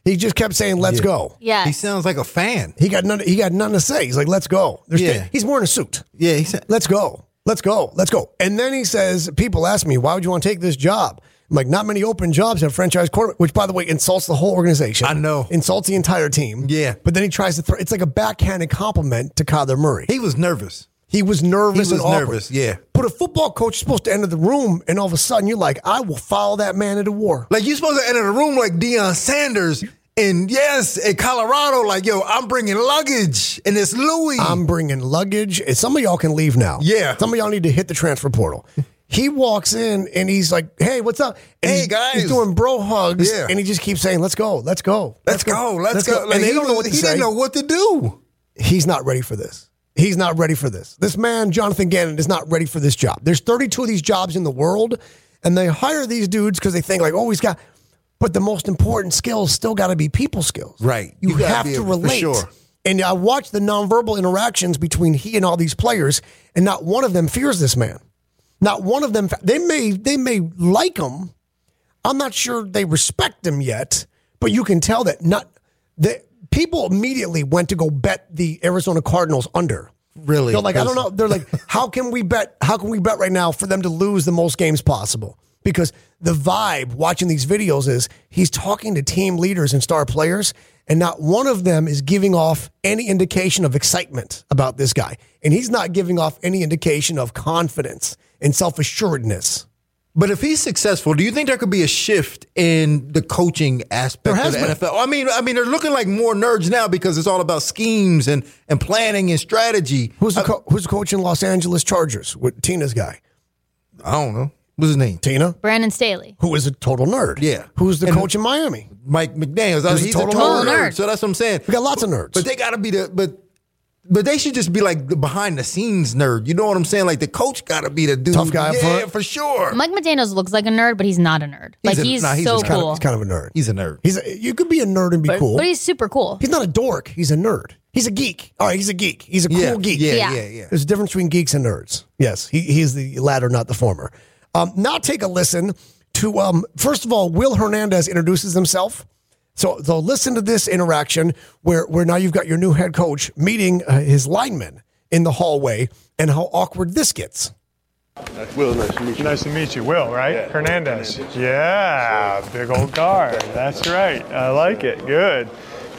he just kept saying, "Let's go." Yeah. He sounds like a fan. He got none. He got nothing to say. He's like, "Let's go." There's Yeah. he's wearing a suit. Yeah, he said. let's go. Let's go. Let's go. And then he says, people ask me, why would you want to take this job? Like, not many open jobs have franchise quarterback, which, by the way, insults the whole organization. I know. Insults the entire team. Yeah. But then he tries to throw, it's like a backhanded compliment to Kyler Murray. He was nervous. He was nervous He and was awkward. nervous, yeah. But a football coach is supposed to enter the room, and all of a sudden you're like, I will follow that man into war. Like you supposed to enter the room like Deion Sanders. And yes, in Colorado, like yo, I'm bringing luggage, and it's Louis. I'm bringing luggage. And some of y'all can leave now. Yeah. Some of y'all need to hit the transfer portal. He walks in and he's like, "Hey, what's up?" And Hey, he's, guys. he's doing bro hugs, Yeah. and he just keeps saying, "Let's go, let's go, Let's go, let's go. Like, and they he don't know was- what to he say. didn't know what to do. He's not ready for this. He's not ready for this. This man, Jonathan Gannon, is not ready for this job. There's 32 of these jobs in the world, and they hire these dudes because they think like, "Oh, he's got." But the most important skills still got to be people skills. Right. You, gotta have be to able- for relate. sure. And I watched the nonverbal interactions between he and all these players, and not one of them fears this man. Not one of them. They may they may like him. I'm not sure they respect him yet, but you can tell that not that people immediately went to go bet the Arizona Cardinals under. Really? They're like, I don't know. They're like, how can we bet? How can we bet right now for them to lose the most games possible? Because the vibe watching these videos is he's talking to team leaders and star players, and not one of them is giving off any indication of excitement about this guy. And he's not giving off any indication of confidence and self assuredness. But if he's successful, do you think there could be a shift in the coaching aspect There has of the been. NFL? I mean, I mean, they're looking like more nerds now because it's all about schemes and and planning and strategy. Who's the co- who's the coach in Los Angeles Chargers with Tina's guy? I don't know. What's his name? Tina, Brandon Staley. who is a total nerd. Yeah. Who's the And- coach in Miami? Mike McDaniels. Who's a he's a total, total nerd. nerd. So that's what I'm saying. We got lots of nerds. But they gotta be the but but they should just be like the behind the scenes nerd. You know what I'm saying? Like the coach gotta be the dude. Tough guy up yeah, front. for sure. Mike McDaniels looks like a nerd, but he's not a nerd. like a- he's nah, he's so just kinda- cool. uh, He's kind of a nerd. He's a nerd. He's a, you could be a nerd and be cool. But he's super cool. He's not a dork. He's a nerd. He's a geek. All right, he's a geek. He's a cool Yeah, geek. yeah, Yeah. yeah, yeah. There's a difference between geeks and nerds. Yes, he, he's the latter, not the former. Um, now take a listen to, um, first of all, Will Hernandez introduces himself. So, so listen to this interaction where, where now you've got your new head coach meeting uh, his lineman in the hallway and how awkward this gets. Will, nice to meet you. Nice to meet you, Will, right? Hernandez. Yeah, big old guard. That's right. I like it. Good.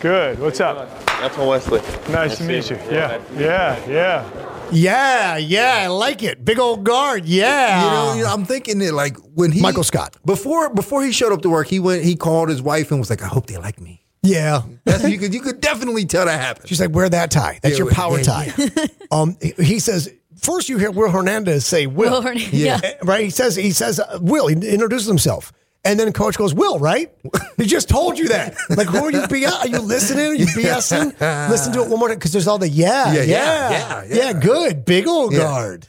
Good. What's up? That's from Wesley. Nice to meet you. Yeah. Yeah. Yeah. Yeah, yeah, I like it. Big old guard. Yeah. You know, you know, I'm thinking that like when he Michael Scott. before before he showed up to work, he went he called his wife and was like, I hope they like me. yeah. That's you could you could definitely tell that happened. She's like, wear that tie. That's Yeah, your power tie. yeah, um, he- he says, first you hear Will Hernandez say, Will. Will Hernandez, Yeah. Eh, Right? He says, he says, uh, Will, he introduces himself. And then coach goes, Will, right? He just told you that. Like, who are you BS? Are you listening? Are you BSing? Listen to it one more time because there's all the yeah, yeah, Yeah, yeah, yeah, yeah, yeah, yeah. good. Big old Yeah. guard.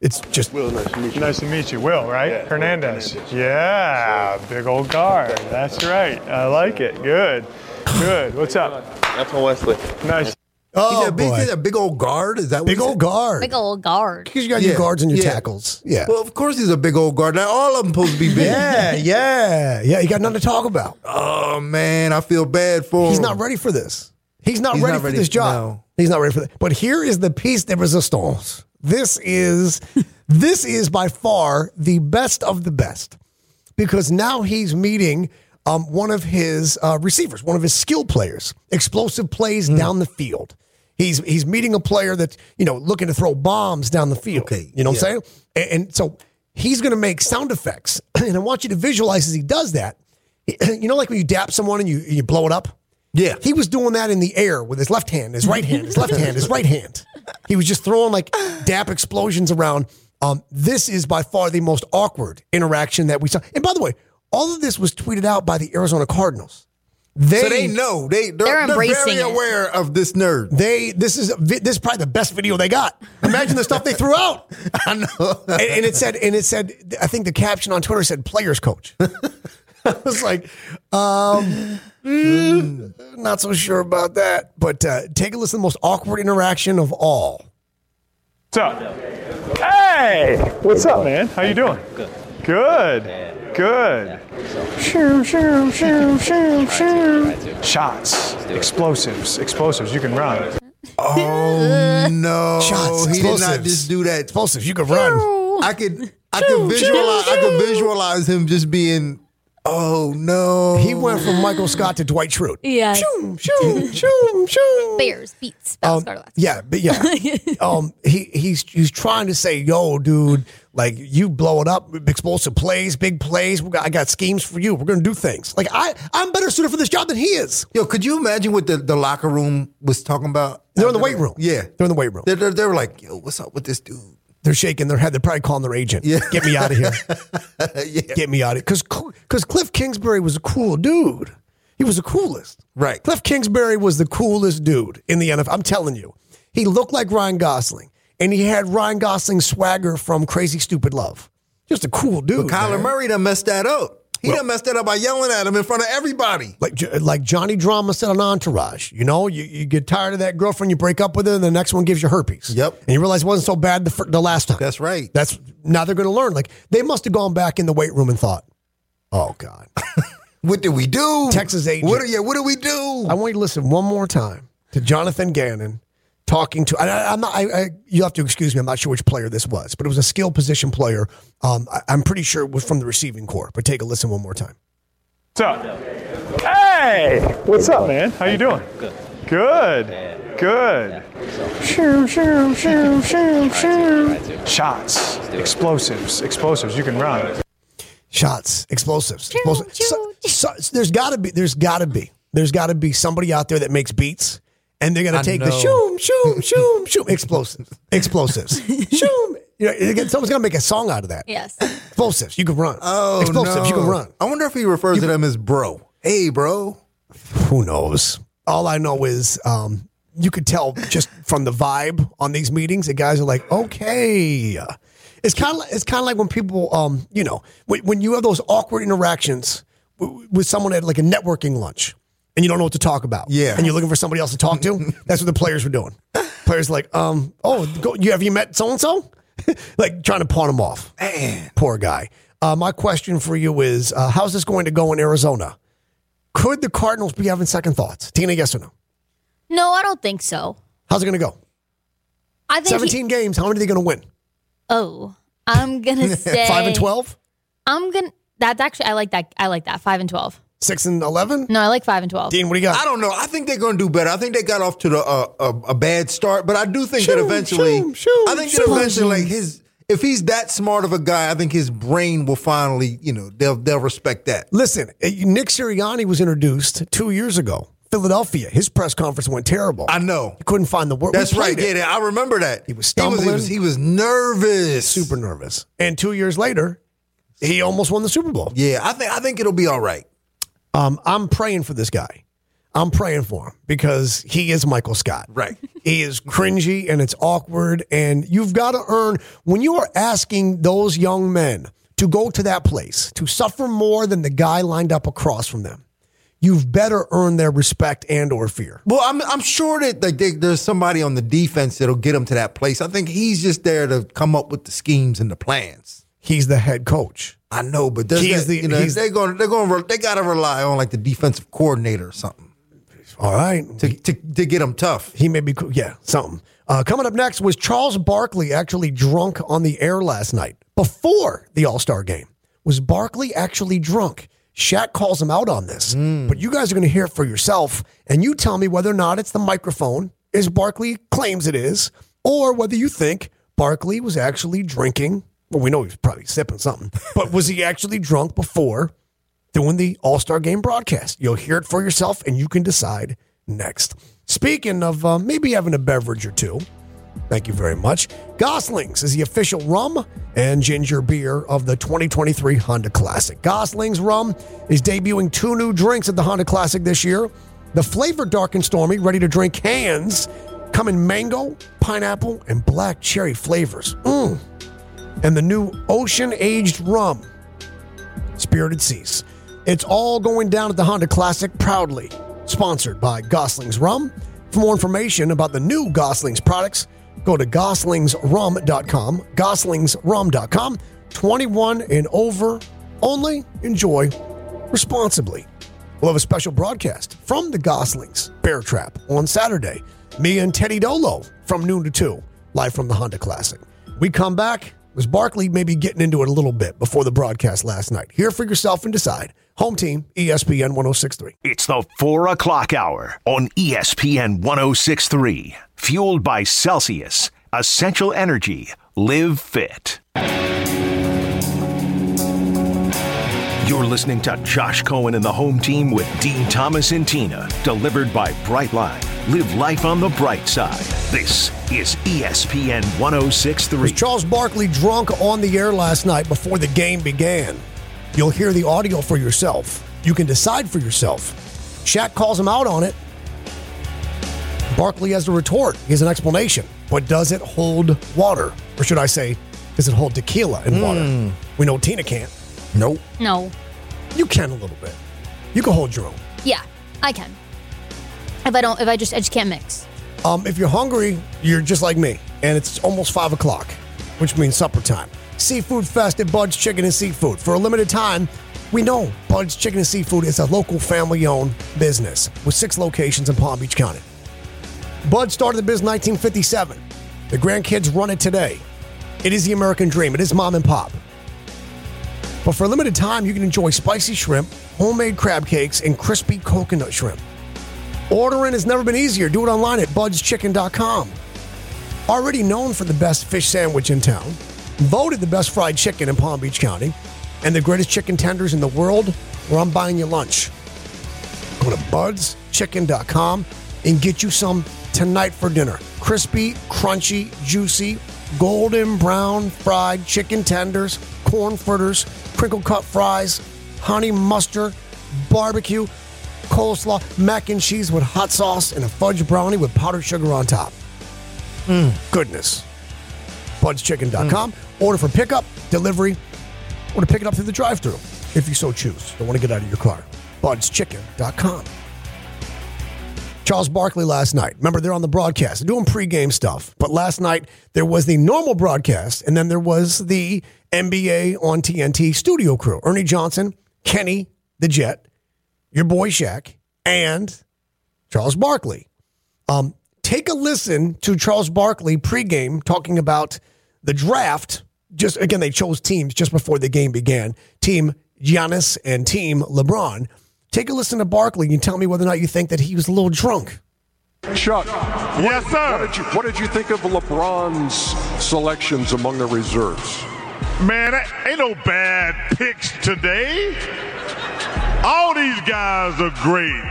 It's just, Will, nice to meet you. Nice to meet you, Will, right? Yeah, Hernandez. Hernandez. Yeah, big old guard. That's right. I like it. Good. Good. What's up? That's from Wesley. Nice. He's oh, a big, he's boy. a big old guard. Is that what big he old said? guard. Big old guard. Because you got your Yeah, guards and your yeah. tackles. Yeah. Well, of course he's a big old guard. Now all of them supposed to be big. yeah, yeah, yeah. You got nothing to talk about. Oh man, I feel bad for He's him. not ready for this. He's not He's ready not for ready- this job. no. He's not ready for that. But here is the piece de resistance. This is this is by far the best of the best because now he's meeting um, one of his uh, receivers, one of his skill players, explosive plays Hmm. down the field. He's he's meeting a player that's you know looking to throw bombs down the field. Okay, you know what yeah. I'm saying? And, and so he's going to make sound effects, and I want you to visualize as he does that. You know, like when you dap someone and you you blow it up. Yeah. He was doing that in the air with his left hand, his right hand, his left hand, his right hand. He was just throwing like dap explosions around. Um, this is by far the most awkward interaction that we saw. And by the way, all of this was tweeted out by the Arizona Cardinals. They, so they know they they're, They're they're embracing very it. aware of this nerd. They this is this is probably the best video they got. Imagine the stuff they threw out. I know. and, and it said, and it said, I think the caption on Twitter said "players coach." I was like, um, mm, not so sure about that. But uh, take a listen to the most awkward interaction of all. What's up? Hey, what's up, man? How you doing? Good. Good. Good. Shoo, shoo, shoo, shoo, shoo. Shots, explosives, explosives. You can run. Oh no! Shots, Oh, he did not explosives. just do that. Explosives, you could run. I could I could visualize. I could visualize him just being. Oh no! He went from Michael Scott to Dwight Schrute. Yes. Shoom, shoom, shoom, shoom. Bears, beats, Um, spells, um, yeah, but yeah, um, he he's he's trying to say, "Yo, dude, like you blow it up, explosive plays, big plays. We got, I got schemes for you. We're gonna do things." Like I, I'm better suited for this job than he is. Yo, could you imagine what the, the locker room was talking about? They're in the weight room. Yeah, They're in the weight room. they they they were like, "Yo, what's up with this dude?" They're shaking their head. They're probably calling their agent. Yeah. Get me out of here. yeah, Get me out of because because Cliff Kingsbury was a cool dude. He was the coolest. right. Cliff Kingsbury was the coolest dude in the NFL. I'm telling you, he looked like Ryan Gosling, and he had Ryan Gosling's swagger from Crazy Stupid Love. Just a cool dude. Kyler man. Murray done messed that up. He done messed that up by yelling at him in front of everybody. like Jo- like Johnny Drama said on Entourage. You know, you, you get tired of that girlfriend, you break up with her, and the next one gives you herpes. Yep. And you realize it wasn't so bad the, fir- the last time. That's right. That's now they're going to learn. Like they must have gone back in the weight room and thought, "Oh God, What did we do? Texas agent. What? do- Yeah. What do we do? I want you to listen one more time to Jonathan Gannon talking to. And I, I'm not. I, I, you'll have to excuse me. I'm not sure which player this was, but it was a skill position player. Um, I, I'm pretty sure it was from the receiving corps. But take a listen one more time. What's up? Hey, what's up, man? How you doing? Good. Good. Good. Shoom, shoom, shoom, shoom, shoom. Shots, explosives, explosives. You can run. shots, explosives. explosives. So- so- so there's got to be. There's got to be. There's got to be somebody out there that makes beats, and they're gonna I take the know. shoom, shoom, shoom, shoom, explosives, explosives, shoom. You know, again, someone's gonna make a song out of that. Yes. Explosives, you can run. Oh explosives, no. you can run. I wonder if he refers to them as bro. Hey, bro. Who knows? All I know is. Um, you could tell just from the vibe on these meetings, the guys are like, okay. It's kind of like, it's kind of like when people, um, you know, when, when you have those awkward interactions w- with someone at like a networking lunch, and you don't know what to talk about, Yeah. and you're looking for somebody else to talk to. that's what the players were doing. Players like, um, oh, go, you have you met so and so? Like trying to pawn him off. Man, poor guy. Uh, my question for you is, uh, how's this going to go in Arizona? Could the Cardinals be having second thoughts? Tina, yes or no? No, I don't think so. How's it going to go? I think he- 17 games. How many are they going to win? oh, I'm gonna say Five and 12? I'm gonna. That's actually I like that. I like that. Five and twelve. Six and 11? No, I like five and twelve. Dean, what do you got? I don't know. I think they're going to do better. I think they got off to the uh, a, a bad start, but I do think that Shoo, eventually, shoo, shoo, I think shoo. that eventually, like his, if he's that smart of a guy, I think his brain will finally, you know, they'll they'll respect that. Listen, eh, Nick Sirianni was introduced two years ago. Philadelphia, his press conference went terrible. I know. You couldn't find the word. We That's right. played it. Yeah, I remember that. He was He stumbling. was, he was, nervous. Super nervous. And two years later, he almost won the Super Bowl. Yeah, I think I think it'll be all right. Um, I'm praying for this guy. I'm praying for him because he is Michael Scott. Right. He is cringy and it's awkward. And you've got to earn, when you are asking those young men to go to that place, to suffer more than the guy lined up across from them, you've better earn their respect and or fear. Well, I'm I'm sure that like they, there's somebody on the defense that'll get him to that place. I think he's just there to come up with the schemes and the plans. He's the head coach. I know, but there's He's that, the- you know, he's- they're going they're going to they got to rely on like the defensive coordinator or something All right. to to, to get him tough. He may be, cool. yeah, something. Uh, coming up next was Charles Barkley actually drunk on the air last night before the All Star game. Was Barkley actually drunk? Shaq calls him out on this, but you guys are going to hear it for yourself, and you tell me whether or not it's the microphone, as Barkley claims it is, or whether you think Barkley was actually drinking. Well, we know he was probably sipping something, but was he actually drunk before doing the All Star Game broadcast. You'll hear it for yourself, and you can decide next. Speaking of uh, maybe having a beverage or two, thank you very much. Goslings is the official rum and ginger beer of the 2023 Honda Classic. Goslings Rum is debuting two new drinks at the Honda Classic this year. The flavored dark and stormy, ready to drink cans, come in mango, pineapple, and black cherry flavors. Mm. And the new ocean aged rum. Spirited Seas. It's all going down at the Honda Classic proudly, sponsored by Goslings Rum. For more information about the new Goslings products, go to goslingsrum.com, goslingsrum.com, 21 and over only. Enjoy responsibly. We'll have a special broadcast from the Goslings Bear Trap on Saturday. Me and Teddy Dolo from noon to two, live from the Honda Classic. We come back, was Barkley maybe getting into it a little bit before the broadcast last night? Hear for yourself and decide. Home team, E ESPN 1063. It's the 4 o'clock hour on E ESPN 1063. Fueled by Celsius, Essential Energy, Live Fit. You're listening to Josh Cohen and the home team with Dean Thomas and Tina, delivered by Brightline. Live life on the bright side. This is E ESPN 1063. Was Charles Barkley drunk on the air last night before the game began? You'll hear the audio for yourself. You can decide for yourself. Shaq calls him out on it. Barkley has a retort. He has an explanation. But does it hold water? Or should I say, does it hold tequila and water? We know Tina can't. Nope. No. You can a little bit. You can hold your own. Yeah, I can. If I don't, if I just, I just can't mix. Um, if you're hungry, you're just like me, and it's almost five o'clock, which means supper time. Seafood Fest at Bud's Chicken and Seafood. For a limited time, we know Bud's Chicken and Seafood is a local family owned business with six locations in Palm Beach County. Bud started the biz in 1957. The grandkids run it today. It is the American dream, it is mom and pop. But for a limited time, you can enjoy spicy shrimp, homemade crab cakes, and crispy coconut shrimp. Ordering has never been easier. Do it online at budschicken.com. Already known for the best fish sandwich in town, voted the best fried chicken in Palm Beach County, and the greatest chicken tenders in the world, where I'm buying you lunch. Go to budschicken.com and get you some tonight for dinner. Crispy, crunchy, juicy, golden brown fried chicken tenders, corn fritters, crinkle cut fries, honey mustard, barbecue, coleslaw, mac and cheese with hot sauce, and a fudge brownie with powdered sugar on top. Goodness. BudsChicken.com. Order for pickup, delivery, or to pick it up through the drive thru if you so choose. Don't want to get out of your car. BudsChicken.com. Charles Barkley last night. Remember, they're on the broadcast, they're doing pregame stuff. But last night, there was the normal broadcast, and then there was the NBA on TNT studio crew Ernie Johnson, Kenny, the Jet, your boy Shaq, and Charles Barkley. Um, take a listen to Charles Barkley pregame talking about the draft. Just again, they chose teams just before the game began. Team Giannis and Team LeBron. Take a listen to Barkley and tell me whether or not you think that he was a little drunk. Chuck. Yes, sir. What did, you, what did you think of LeBron's selections among the reserves? Man, a- ain't no bad picks today. All these guys are great.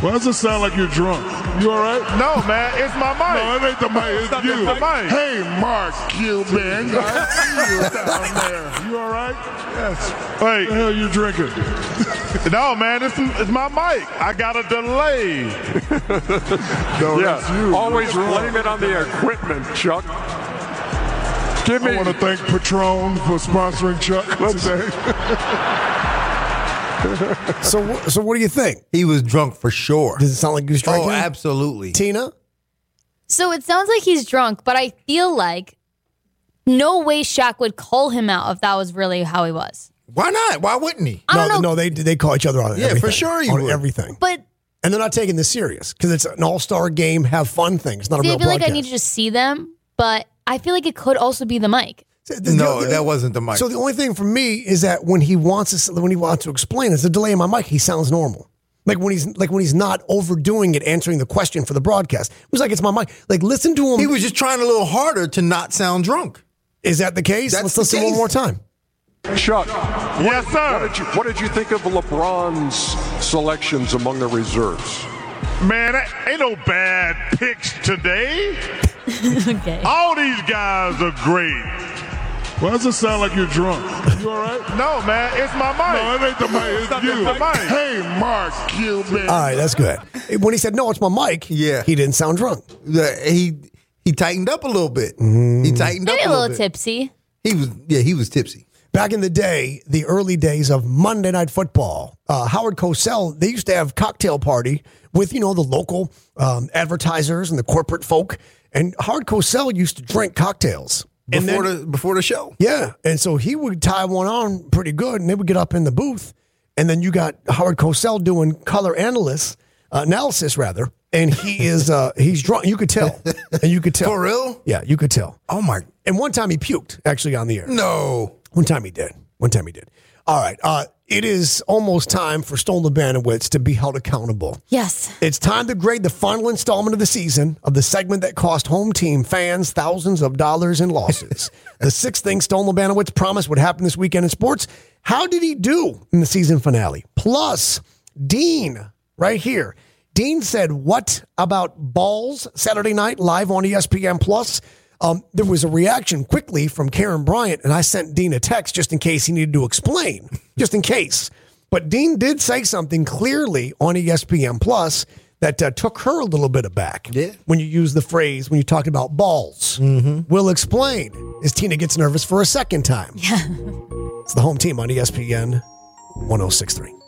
Why does it sound like you're drunk? You all right? No, man, it's my mic. No, it ain't the mic. It's Stop you. it, Mike. Hey, Mark Cuban. I see you down there. You all right? Yes. Hey, what the hell you drinking? no, man, this is, it's my mic. I got a delay. no, yeah. that's you. Always You're drunk. blame it on the equipment, Chuck. Give me. I want to thank Patron for sponsoring Chuck today. So, so what do you think? He was drunk for sure. Does it sound like he was drinking? Oh, absolutely. Tina? So it sounds like he's drunk, but I feel like no way Shaq would call him out if that was really how he was. Why not? Why wouldn't he? no, no, they they call each other on Yeah, for everything. sure you on would. everything. But And they're not taking this serious because it's an all star game, have fun thing. It's not see, a I real feel like I broadcast. need to just see them, but I feel like it could also be the mic. No, that wasn't the mic. So the only thing for me is that when he wants to when he wants to explain, it's a delay in my mic. He sounds normal. Like when he's like when he's not overdoing it, answering the question for the broadcast. It was like it's my mic. Like listen to him. He was just trying a little harder to not sound drunk. Is that the case? Let's That's the listen one case. more time. Chuck. yes, What sir. did, you, what did you think of LeBron's selections among the reserves? Man, a- ain't no bad picks today. okay. All these guys are great. Why does it sound like you're drunk? You all right? No, man, it's my mic. No, it ain't the mic. It's you. the mic. Hey, Mark Cuban. All right, that's good. When he said no, it's my mic. Yeah. he didn't sound drunk. The- he he tightened up a little bit. Mm-hmm. He tightened Maybe up a little bit. tipsy. He was yeah, he was tipsy. Back in the day, the early days of Monday Night Football, uh, Howard Cosell, they used to have cocktail party with, you know, the local um, advertisers and the corporate folk. And Howard Cosell used to drink cocktails. And Before then- the before the show. yeah. And so he would tie one on pretty good and they would get up in the booth. And then you got Howard Cosell doing color analysis, uh, analysis rather. and he is uh he's drunk. You could tell, and you could tell for real. Yeah, you could tell. Oh my! And one time he puked actually on the air. No, one time he did. One time he did. All right. Uh, it is almost time for Stolen Banowitz to be held accountable. Yes. It's time to grade the final installment of the season of the segment that cost home team fans thousands of dollars in losses. the six things Stone Labanowitz promised would happen this weekend in sports. How did he do in the season finale? Plus, Dean, right here. Dean said, What about balls Saturday night live on E ESPN Plus? Um, there was a reaction quickly from Karen Bryant, and I sent Dean a text just in case he needed to explain, just in case. But Dean did say something clearly on E ESPN Plus that uh, took her a little bit aback. Yeah. When you use the phrase when you talk about balls, we'll explain. As Tina E oh gets nervous for a second time. Yeah. It's the home team on ESPN 106.3.